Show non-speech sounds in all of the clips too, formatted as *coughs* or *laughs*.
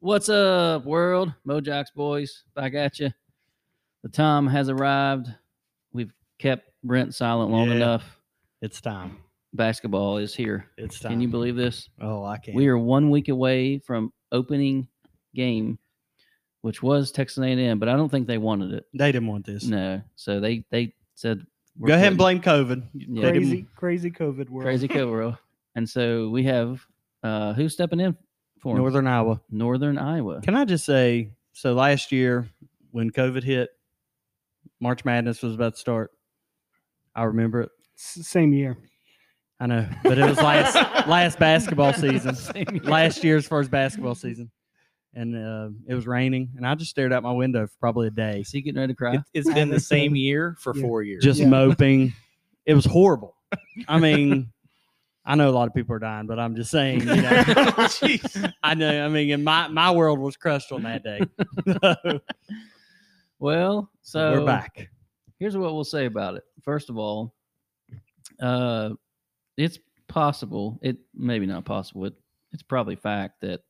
What's up, world? Mojox boys, back at you. The time has arrived. We've kept Brent silent long Yeah. enough. It's time. Basketball is here. It's time. Can you believe this? Oh, I can't. We are one week away from opening game, which was Texas A&M, but I don't think they wanted it. they didn't want this. No, so they they said we're Go ahead and quitting. blame COVID. Yeah. They didn't- Crazy, crazy COVID world. crazy cover. and so we have uh who's stepping in for 'em? Northern Iowa. Northern Iowa. Can I just say? So last year, when COVID hit, March Madness was about to start. I remember it. S- same year. I know, but it was *laughs* last last basketball season, Same year. last year's first basketball season, and uh, it was raining, and I just stared out my window for probably a day, Is he getting ready to cry? It, it's been the same year for Yeah. four years. just Yeah. moping. It was horrible. I mean, *laughs* I know a lot of people are dying, but I'm just saying. You *laughs* know, *laughs* I know. I mean, and my my world was crushed on that day. Well, so we're back. Here's what we'll say about it. First of all, uh, it's possible. It maybe not possible. It, it's probably fact that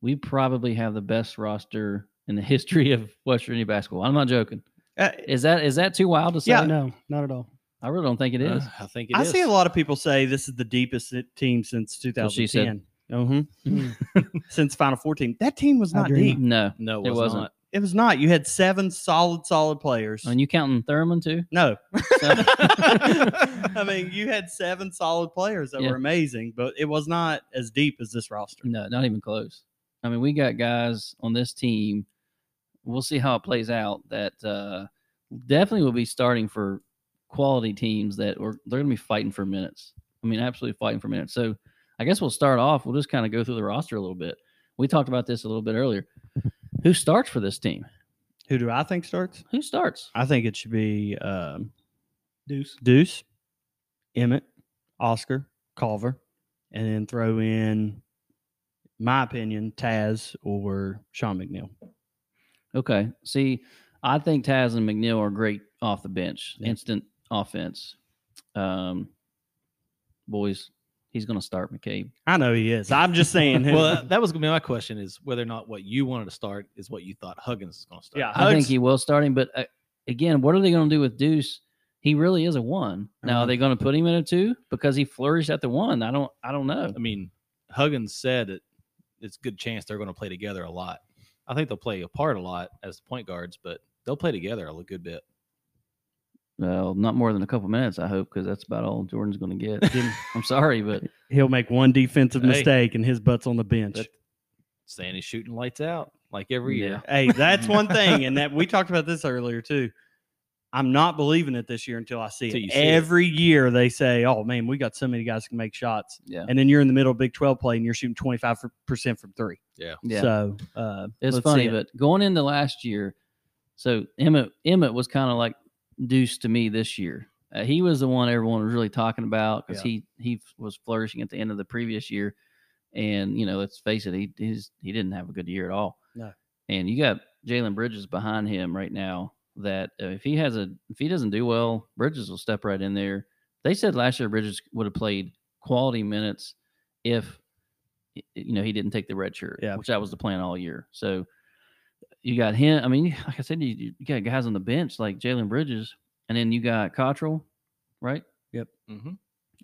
we probably have the best roster in the *laughs* history of West Virginia basketball. I'm not joking. Uh, Is that is that too wild to say? Yeah. No, not at all. I really don't think it is. Uh, I think it I is. see a lot of people say this is the deepest it- team since what she said. 2010. Mhm. *laughs* since Final 14. That team was I not agree. deep. no, No, It it, was wasn't. not It was not. You had seven solid, solid players. and you counting Thurman too? no. *laughs* So- I mean, you had seven solid players that Yeah. Mm. were amazing, but it was not as deep as this roster. No, not even close. I mean, we got guys on this team. We'll see how it plays out. That uh, definitely will be starting for quality teams that are they're going to be fighting for minutes. I mean, absolutely fighting for minutes. So I guess we'll start off. We'll just kind of go through the roster a little bit. We talked about this a little bit earlier. Who starts for this team? Who do I think starts? Who starts? I think it should be um, Deuce. Deuce, Emmett, Oscar, Culver, and then throw in, my opinion, Taz or Sean McNeil. Okay. See, I think Taz and McNeil are great off the bench, Yeah. instant offense. Um, boys, he's going to start McCabe. I know he is. I'm just *laughs* saying. who- well, that was gonna be my question: is whether or not what you wanted to start is what you thought Huggins was gonna start. Yeah. I think Hugs- he will start him, but uh, again, what are they going to do with Deuce? He really is a one. Now, are Mhm. they going to put him in a two because he flourished at the one? I don't. I don't Mm. know. I mean, Huggins said that it's a good chance they're gonna play together a lot. I think they'll play apart a lot as the point guards, but they'll play together a good bit. Well, not more than a couple minutes, I hope, because that's about all Jordan's going *laughs* to get. Then I'm sorry, but he'll make one defensive Hey. mistake and his butt's on the bench. That- Saying he's shooting lights out like every year. *laughs* hey, that's one thing, and that we talked about this earlier too. I'm not believing it this year until I see Till it. you see it. Every year they say, "Oh man, we got so many guys who can make shots," yeah, and then you're in the middle of Big 12 play and you're shooting 25 percent from three. yeah. So uh, It's let's see funny, it. but going into last year, so Emmett Emmett was kind of like Deuce to me this year. Uh, he was the one everyone was really talking about because he he f- was flourishing at the end of the previous year, and you know, let's face it, he he's, he didn't have a good year at all. No. and you got Jalen Bridges behind him right now. That uh, if he has a if he doesn't do well, Bridges will step right in there. They said last year Bridges would have played quality minutes if y- you know he didn't take the red shirt, Yeah. which that was the plan all year. So you got him. I mean, like I said, you, you got guys on the bench like Jalen Bridges, and then you got Cottrell, right? Mm-hmm.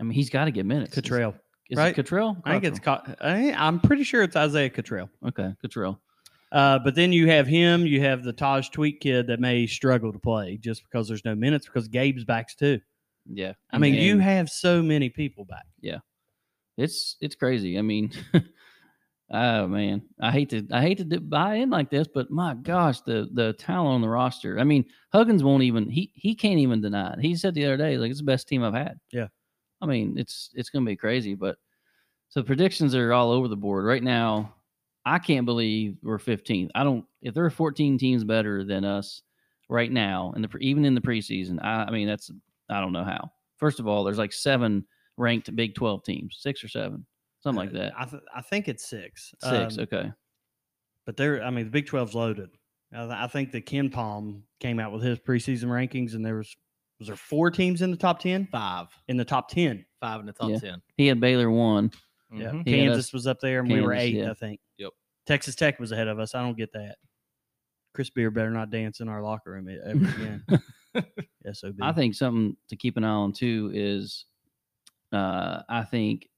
I mean, he's got to get minutes. Is- Cottrell. is, right? it Cottrell? I think it's Cottrell. Cot- I, I'm pretty sure it's Isaiah Cottrell. okay, Cottrell. Uh, but then you have him. You have the Taj Tweet kid that may struggle to play just because there's no minutes because Gabe's backs too. Yeah, I mean, you And have so many people back. it's it's crazy. I mean, oh man, I hate to I hate to do, buy in like this, but my gosh, the the talent on the roster. I mean, Huggins won't even he he can't even deny it. He said the other day, like it's the best team I've had. Yeah. I mean, it's it's gonna be crazy, but so predictions are all over the board right now. I can't believe we're 15th. I don't. If there are 14 teams better than us right now, and the pre- even in the preseason, I, I mean that's I don't know how. First of all, there's like seven ranked Big 12 teams, six or seven, something like Uh, that. I, th- I think it's six. Six, Um, okay. But they're, I mean, the Big 12's loaded. I, th- I think the Ken Palm came out with his preseason rankings, and there was was there four teams in the top ten? Five, In the top ten, five in the top Yeah. 10 he had Baylor one. yeah, Mhm. He had Kansas us- was up there, and we were Kansas, eight, yeah. I think. Yep. Texas Tech was ahead of us. I don't get that. Chris Beer better not dance in our locker room e- ever *laughs* again. SOB. I think something to keep an eye on too is, uh, I think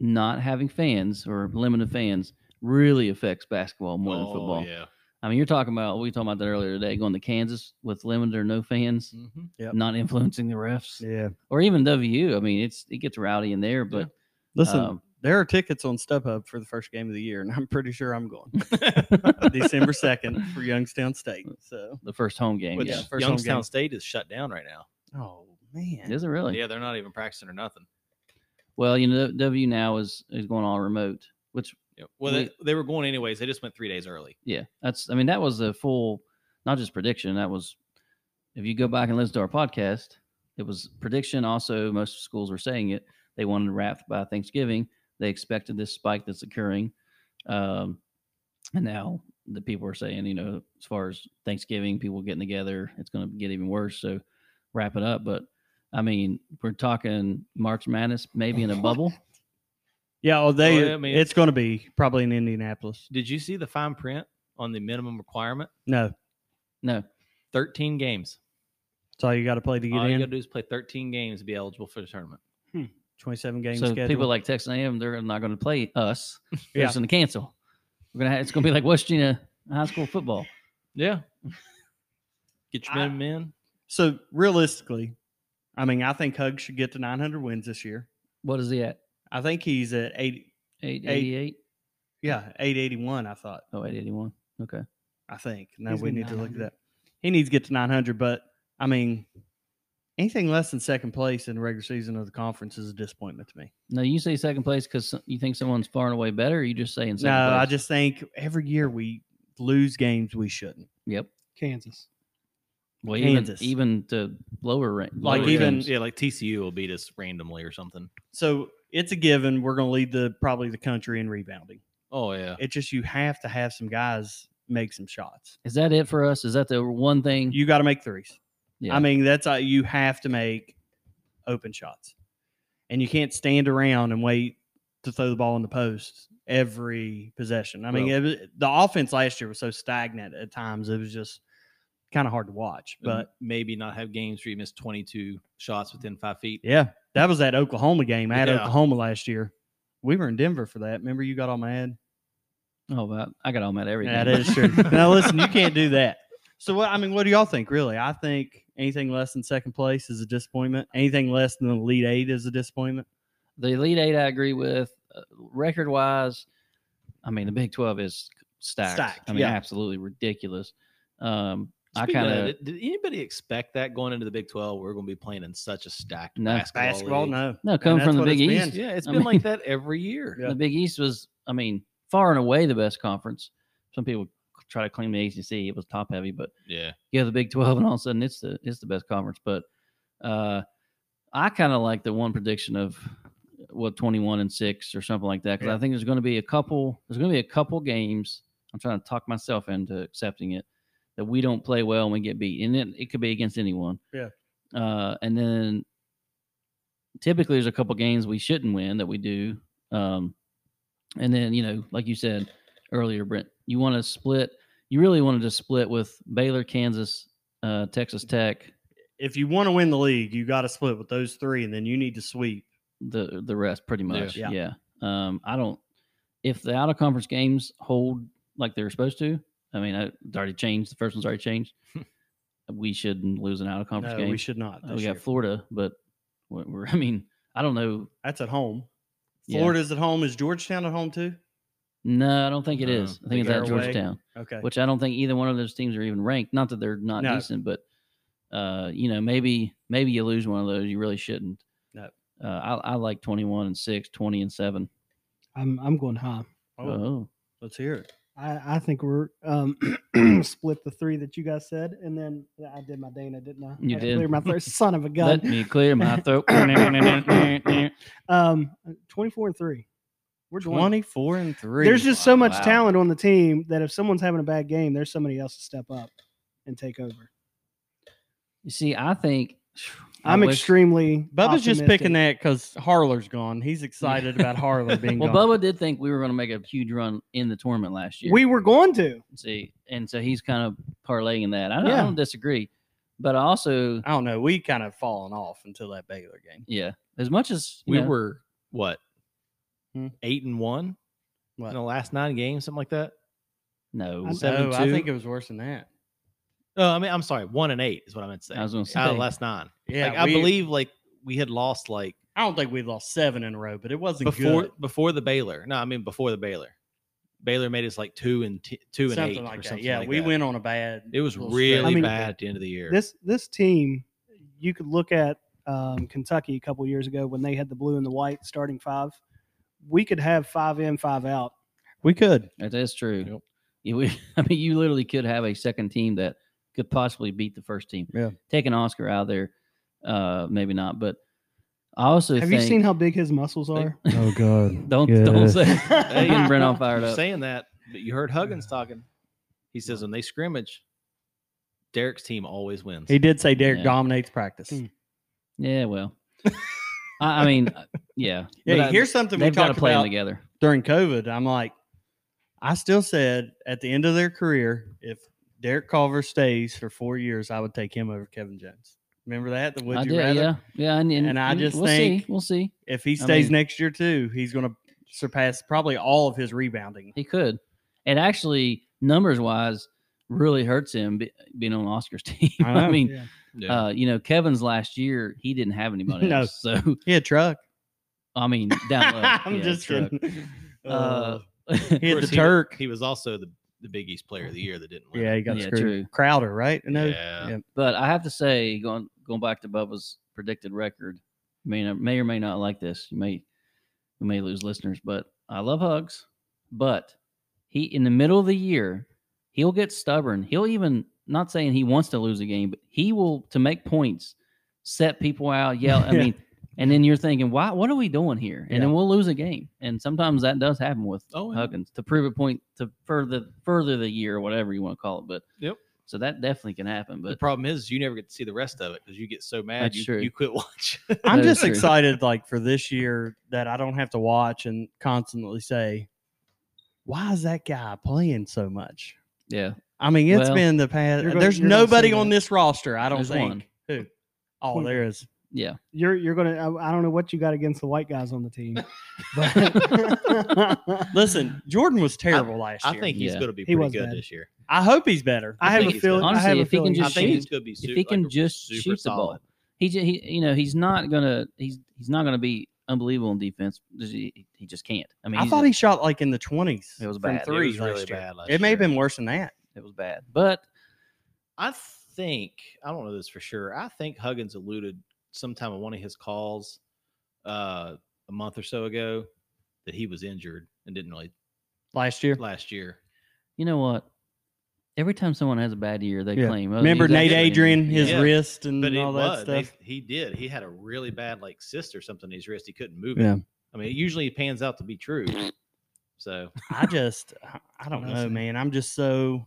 not having fans or Mm-hmm. limited fans really affects basketball more than football. Oh, Yeah. I mean, you're talking about we were talking about that earlier today, going to Kansas with limited or no fans, Mhm. Yep. not influencing the refs, Yeah. or even WU. I mean, it's it gets rowdy in there, but Listen, Um, there are tickets on StubHub for the first game of the year, and I'm pretty sure *laughs* I'm going December 2nd for Youngstown State. So, the first home game, Which yeah, first home Youngstown game. State is shut down right now. oh man, is it really? Yeah, they're not even practicing or nothing. Well, you know, W now is is going all remote, which Yep. Well, We- they, they were going anyways. They just went three days early. yeah, that's I mean that was a full, not just prediction. That was if you go back and listen to our podcast, it was prediction. Also, most schools were saying it. They wanted to wrap by Thanksgiving. They expected this spike that's occurring, um, and now the people are saying, you know, as far as Thanksgiving, people getting together, it's going to get even worse. So wrap it up, but. I mean, we're talking March Madness, maybe in a bubble. yeah. Oh, they. yeah, I mean, it's going to be probably in Indianapolis. Did you see the fine print on the minimum requirement? No, No, 13 games. it's all you got to play to get All you in. got to do is play 13 games to be eligible for the tournament. 27 game so schedule. people like Texas A&M, they're not going to play *laughs* us. They're Yeah. just going to cancel. We're gonna have, it's going to be like West Virginia high school football. Yeah. *laughs* Get your I- minimum in. so realistically, I mean, I think Hug should get to 900 wins this year. What is he at? I think he's at eight. Eight Eight. eighty eight. Yeah, 881. I thought. Oh, 881. Okay. I think. No, He's we in need to look at 900. that. He needs to get to 900, but I mean, anything less than second place in the regular season of the conference is a disappointment to me. Now you say second place because you think someone's far and away better. Or you just saying second no, place? I just think every year we lose games we shouldn't. yep. Kansas. Well, Kansas. even even to lower rank, Like lower even- teams. yeah, like TCU will beat us randomly or something. So it's a given we're going to lead the probably the country in rebounding. Oh yeah. It's just you have to have some guys make some shots. is that it for us? Is that the one thing? *laughs* You got to make threes. yeah. I mean, that's all you have to make open shots. And you can't stand around and wait to throw the ball in the post every possession. I mean, Well- it was- the offense last year was so stagnant at times, it was just kind of hard to watch. Mm-hmm. But But maybe not have games where you miss 22 shots within five feet. yeah, that was that Oklahoma game at Yeah. Oklahoma last year. We were in Denver for that. Remember, you got all mad? oh, but I got all mad at everything. That is true. *laughs* *laughs* now, listen, you can't do that. So, what I mean, what do y'all think, really? I think anything less than second place is a disappointment, anything less than the lead eight is a disappointment. the Elite Eight, I agree with. Uh, record wise, I mean, the Big 12 is stacked. Stacked, I mean, yeah. absolutely ridiculous. Um, I Speaking of kind of, that, did, did anybody expect that going into the Big 12? We're going to be playing in such a stacked No. basketball. basketball. league? No, no, coming that's from the what it's Big been. East, Yeah, it's I been mean- like that every year. Yeah. the Big East was, I mean, far and away the best conference. Some people try to claim the ACC, it was top heavy, but Yeah. you have the Big 12, and all of a sudden it's the it's the best conference. But uh, I kind of like the one prediction of what 21 and six or something like that because Yeah. I think there's going to be a couple there's going to be a couple games. I'm trying to talk myself into accepting it that we don't play well and we get beat, and it, it could be against anyone. Yeah. Uh, and then typically there's a couple games we shouldn't win that we do. Um, and then you know, like you said earlier, Brent, you want to split you really wanted to split with Baylor, Kansas, uh, Texas Tech, if you want to win the league, you got to split with those three, and then you need to sweep. the the rest pretty much. Yeah. Yeah. Um, I don't. If the out of conference games hold like they're supposed to, I mean, I, it's already changed. The first one's already *laughs* changed. we shouldn't lose an out of conference No, game. Oh, we should not. Uh, this we year. got Florida, but we're, we're- *laughs* I mean, I don't know. That's at home. Yeah. Florida's at home. Is Georgetown at home too? No, I don't think it No, is. I they think it's at got away. Georgetown, Okay. which I don't think either one of those teams are even ranked. Not that they're not No. decent, but uh, you know, maybe maybe you lose one of those. You really shouldn't. No. Uh, I, I like 21 and 6, 20 and 7. I'm I'm going high. Oh, oh. Let's hear it. I, I think we're um, *clears throat* split the three that you guys said, and then I did my Dana, didn't I? You I did. cleared *laughs* my throat. Son of a Let gun. me clear my *coughs* throat. Um, twenty-four and three. We're going. Twenty-four and three. There's just so much Wow. talent on the team that if someone's having a bad game, there's somebody else to step up and take over. you see, I think I I'm wish- extremely. Bubba's just picking that optimistic. because Harler's gone. He's excited about *laughs* Harler being Well, gone. Bubba did think we were going to make a huge run in the tournament last year. We were going to. see, and so he's kind of parlaying that. I don't, I Yeah. don't disagree, but I also, I don't know. We kind of fallen off until that Baylor game. yeah, as much as you We know, were what Hmm. eight and one What? in the last nine games, something like that. no, I'm- Seven no, and Oh, I two. think it was worse than that. Oh, I mean, I'm sorry, one and eight is what I meant to say. I was going to say Out of the last nine, Yeah, like I we- believe, like we had lost like I don't think we lost seven in a row, but it wasn't before good. before the Baylor. No, I mean before the Baylor. Baylor made us like two and t- two and something eight like or that. something. yeah, like we that. went on a bad. It was little stretch. really I mean, bad at the end of the year. This this team, you could look at um, Kentucky a couple years ago when they had the blue and the white starting five. We could have five in, five out. We could. that is true. Yep. You, would- *laughs* I mean, you literally could have a second team that could possibly beat the first team. Yeah. taking Oscar out of there, uh, maybe not, but I also Have think, you seen how big his muscles They- *laughs* are? Oh *laughs* God! Don't don't say Hey, getting Brent all fired You're up. saying that, but you heard Huggins talking. He says when they scrimmage, Derek's team always *laughs* wins. He did say Derek Yeah. dominates practice. Hmm. Yeah, well, I, I mean, uh, yeah. but Yeah, I- here's something we they've got to talked play 'em about together. during COVID. I'm like, I still said at the end of their career, if Derek Culver stays for four years, I would take him over Kevin Jones. Remember that? The would I you did, rather? yeah, yeah, and, and, And I and just we'll think- see, we'll see. If he I stays mean- next year too, he's going to surpass probably all of his rebounding. He could, and actually, numbers wise, really hurts him be, being on Oscar's *laughs* team. I I, know. mean, Yeah. Yeah. uh, you know, Kevin's last year he didn't have anybody *laughs* No. else. So He had truck. I mean, down low, *laughs* I'm yeah, just truck. kidding. Uh, he *laughs* had course, the wa- Turk. Oh. He was also the, the Big East player of the year that didn't win. yeah, it. he got Yeah, screwed. true. Crowder, right? No. *laughs* Yeah. yeah. But I have to say, going going back to Bubba's predicted record, you may not, may or may not like this. You may you may lose listeners, but I love hugs. But he in the middle of the year, he'll get stubborn. He'll even not saying he wants to lose a game, but he will to make points, set people out, yell. I *laughs* Yeah. mean, and then you're thinking, why? What are we doing here? And then Yeah. we'll lose a game. And sometimes that does happen with Oh, yeah. Huggins to prove a point to further further the year or whatever you want to call it. But Yep. So that definitely can happen. But the problem is you never get to see the rest of it because you get so mad That's you, true. you quit *laughs* watching. I'm That is just true. excited, like for this year, that I don't have to watch and constantly say, "Why is that guy playing so much?" Yeah. I mean, it's Well, been the past. you're gonna- there's you're gonna nobody see on that. this roster. I don't There's think one. who. Oh, Point there is. Yeah. *laughs* You're you're gonna. I, I don't know what you got against the white guys on the team. *laughs* But Listen, Jordan was terrible last I year. think he's Yeah. going to be He pretty was good bad. this year. I hope he's better. I have think a he's feeling. gonna- I have Honestly, a if he can feeling I just think shoot- he's going to be super, if he can like, just super shoot the solid. ball, he, ju- he you know he's not gonna he's he's not gonna be unbelievable in defense. He, he just can't. I mean, I he's thought a- he shot like in the 20s. It was from bad. It three was really last year. bad last it may have year. been worse than that. it was bad, but I think I don't know this for sure. I think Huggins alluded sometime in one of his calls uh, a month or so ago that he was injured and didn't really Last year. last year. you know what? Every time someone has a bad year, they Yeah. claim. "Oh, Remember he's Nate actually- Adrian, his yeah. Yeah. wrist Mm, and But it all that was stuff. they, he did. He had a really bad like cyst or something in his wrist. He couldn't move Yeah. it. I mean, it usually pans out to be true. So *laughs* I just, I- I don't know, Listen. man. I'm just so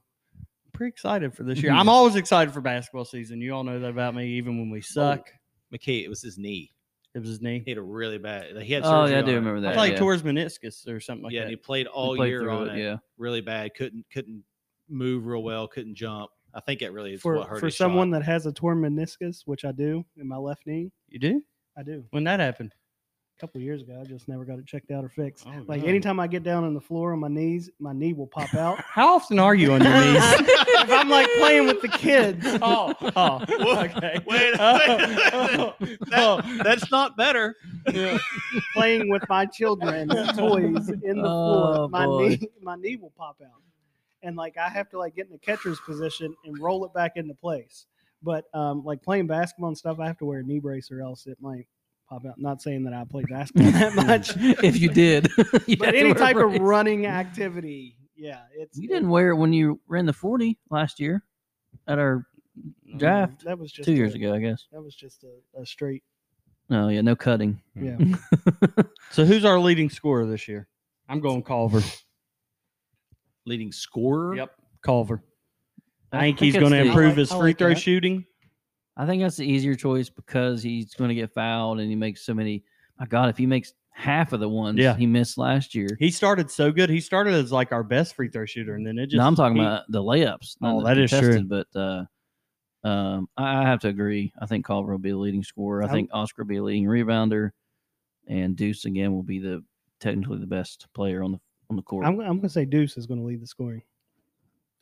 pretty excited for this year. *laughs* I'm always excited for basketball season. You all know that about me, even when we suck. McKay, it was his knee. It was his knee. He had a really bad. Like, he had Oh, surgery yeah, I do on it. remember that. It's like yeah. towards meniscus or something like yeah, that. and he played all played year through on it, it. Yeah. *laughs* Really bad. Couldn't couldn't move real well. Couldn't jump. I think that really *laughs* is for what hurt for his someone shot. that has a torn meniscus, which I do in my left knee, you do? I do. When that happened? A couple years ago, I just never got it checked out or fixed. Oh, like God. anytime I get down on the floor on my knees, my knee will pop out. How often are you on your *laughs* knees? *laughs* *laughs* if I'm like playing with the kids, oh, oh, okay. wait, *laughs* Oh, wait. oh, That- that's not better. yeah. playing with my children's toys in the Oh, floor, my boy. knee my knee will pop out. And like I have to like get in the catcher's position and roll it back into place. But um like playing basketball and stuff, I have to wear a knee brace or else it might pop out. Not saying that I play *laughs* basketball that much. if you did, *laughs* you had but to any wear type of braces. running activity. Yeah. It's you didn't wear it when you ran the forty last year at our draft it- that was just two years a- ago, I guess. That was just a, a straight No, yeah, no cutting. yeah. So who's our leading scorer this year? I'm going Culver. Leading scorer. Culver. I think think he's it's going to the- improve like- his I free like throw that. shooting. I think that's the easier choice because he's going to get fouled and he makes so many. My God, if he makes half of the ones Yeah. he missed last year, He started so good. He started as like our best free throw shooter, and then it just. no, I'm talking he- about the layups. not Oh, the that is true. contested, But uh, um, I, I have to agree. I think Culver will be a leading scorer. I I'm- think Oscar will be a leading rebounder, and Deuce again will be the technically the best player on the on the court. I'm, I'm going to say Deuce is going to lead the scoring.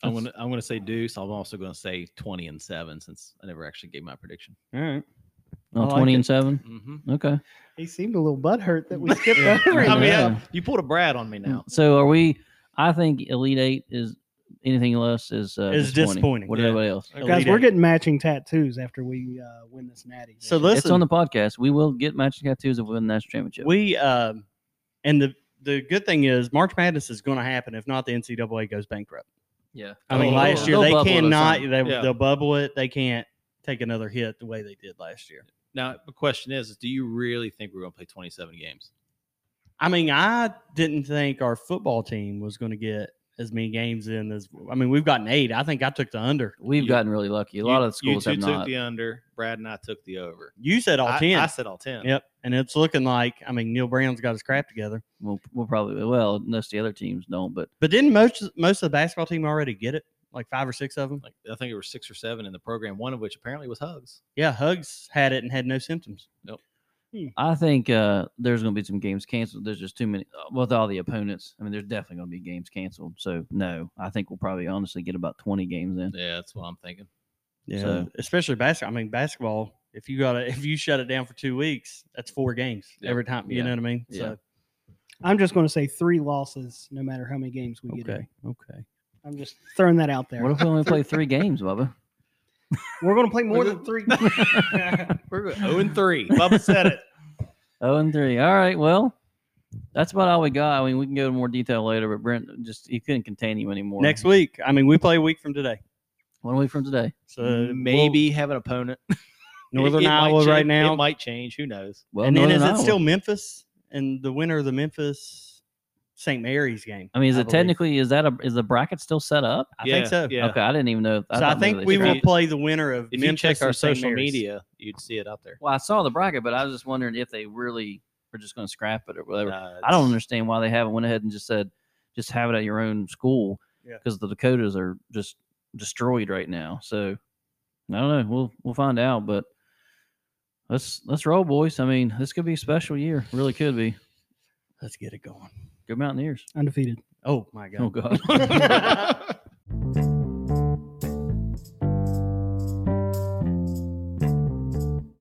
I'm gonna I'm gonna say Deuce. I'm also gonna say 20 and seven since I never actually gave my prediction. All right. Oh, I like 20 it. and seven. Mm-hmm. Okay. He seemed a little butthurt *laughs* that we Mm. skipped Yeah. over I him. mean, Yeah. I- you pulled a Brad on me now. So are we? I think Elite Eight is anything less is uh, Is disappointing, What yeah. everybody else? Guys, Elite we're Eight. getting matching tattoos after we uh, win this natty. So let's. It's on the podcast. We will get matching tattoos if we win the national championship. We um, and the the good thing is March Madness is going to happen. If not, the NCAA goes bankrupt. yeah. I mean, Oh, last year they'll they bubble it or cannot. something. They Yeah. they'll bubble it. They can't take another hit the way they did last year. Now the question is, is do you really think we're gonna play 27 games? I mean, I didn't think our football team was going to get as many games in as. I mean, we've gotten eight. I think I took the under. We've You- gotten really lucky. A lot of the schools you have two took not. the under. Brad and I took the over. You said all I, ten. I said all 10. Yep. And it's looking like, I mean, Neil Brown's got his crap together. We'll, we'll probably well, unless the other teams don't. But But didn't most most of the basketball team already get it? Like five or six of them? Like I think it was six or seven in the program. One of which apparently was Hugs. Yeah, Hugs had it and had no symptoms. I think uh, there's going to be some games canceled. There's just too many uh, with all the opponents. I mean, there's definitely going to be games canceled. So no, I think we'll probably honestly get about 20 games in. Yeah, that's what I'm thinking. Yeah. So- especially basketball. I mean, basketball, if you gotta if you shut it down for two weeks, that's four games Yeah. every time. You Yeah. know what I mean? Yeah. So I'm just going to say three losses, no matter how many games we get. In. Okay. I'm just throwing that out there. What if we only play three games, Bubba? *laughs* We're going to *laughs* play more than three. We're going 0 Oh, and 3. Bubba said it. Oh and three. All right. Well, that's about all we got. I mean, we can go into more detail later, but Brent just he couldn't contain you anymore. Next week. I mean, we play a week from today. one week from today. So Maybe have an opponent. we'll- Uh, Northern It might Iowa change- right now. It might change. Who knows? Well, and then is Northern it Iowa. still Memphis and the winner of the Memphis St. Mary's game? I mean, is it believe. technically is that a is the bracket still set up? I think so. Yeah. Okay, I didn't even know. so I thought maybe think they we scrapped will it. play the winner of If Memphis you check our and St. social Mary's. media, you'd see it up *laughs* there. Well, I saw the bracket, but I was just wondering if they really were just going to scrap it or whatever. Nah, I don't it's- understand why they haven't went ahead and just said, just have it at your own school Yeah. because the Dakotas are just destroyed right now. So I don't know. We'll we'll find out, but let's let's roll, boys. I mean, this could be a special year. Really could be. Let's get it going. Go Mountaineers. Undefeated. *laughs* Oh my god. Oh God.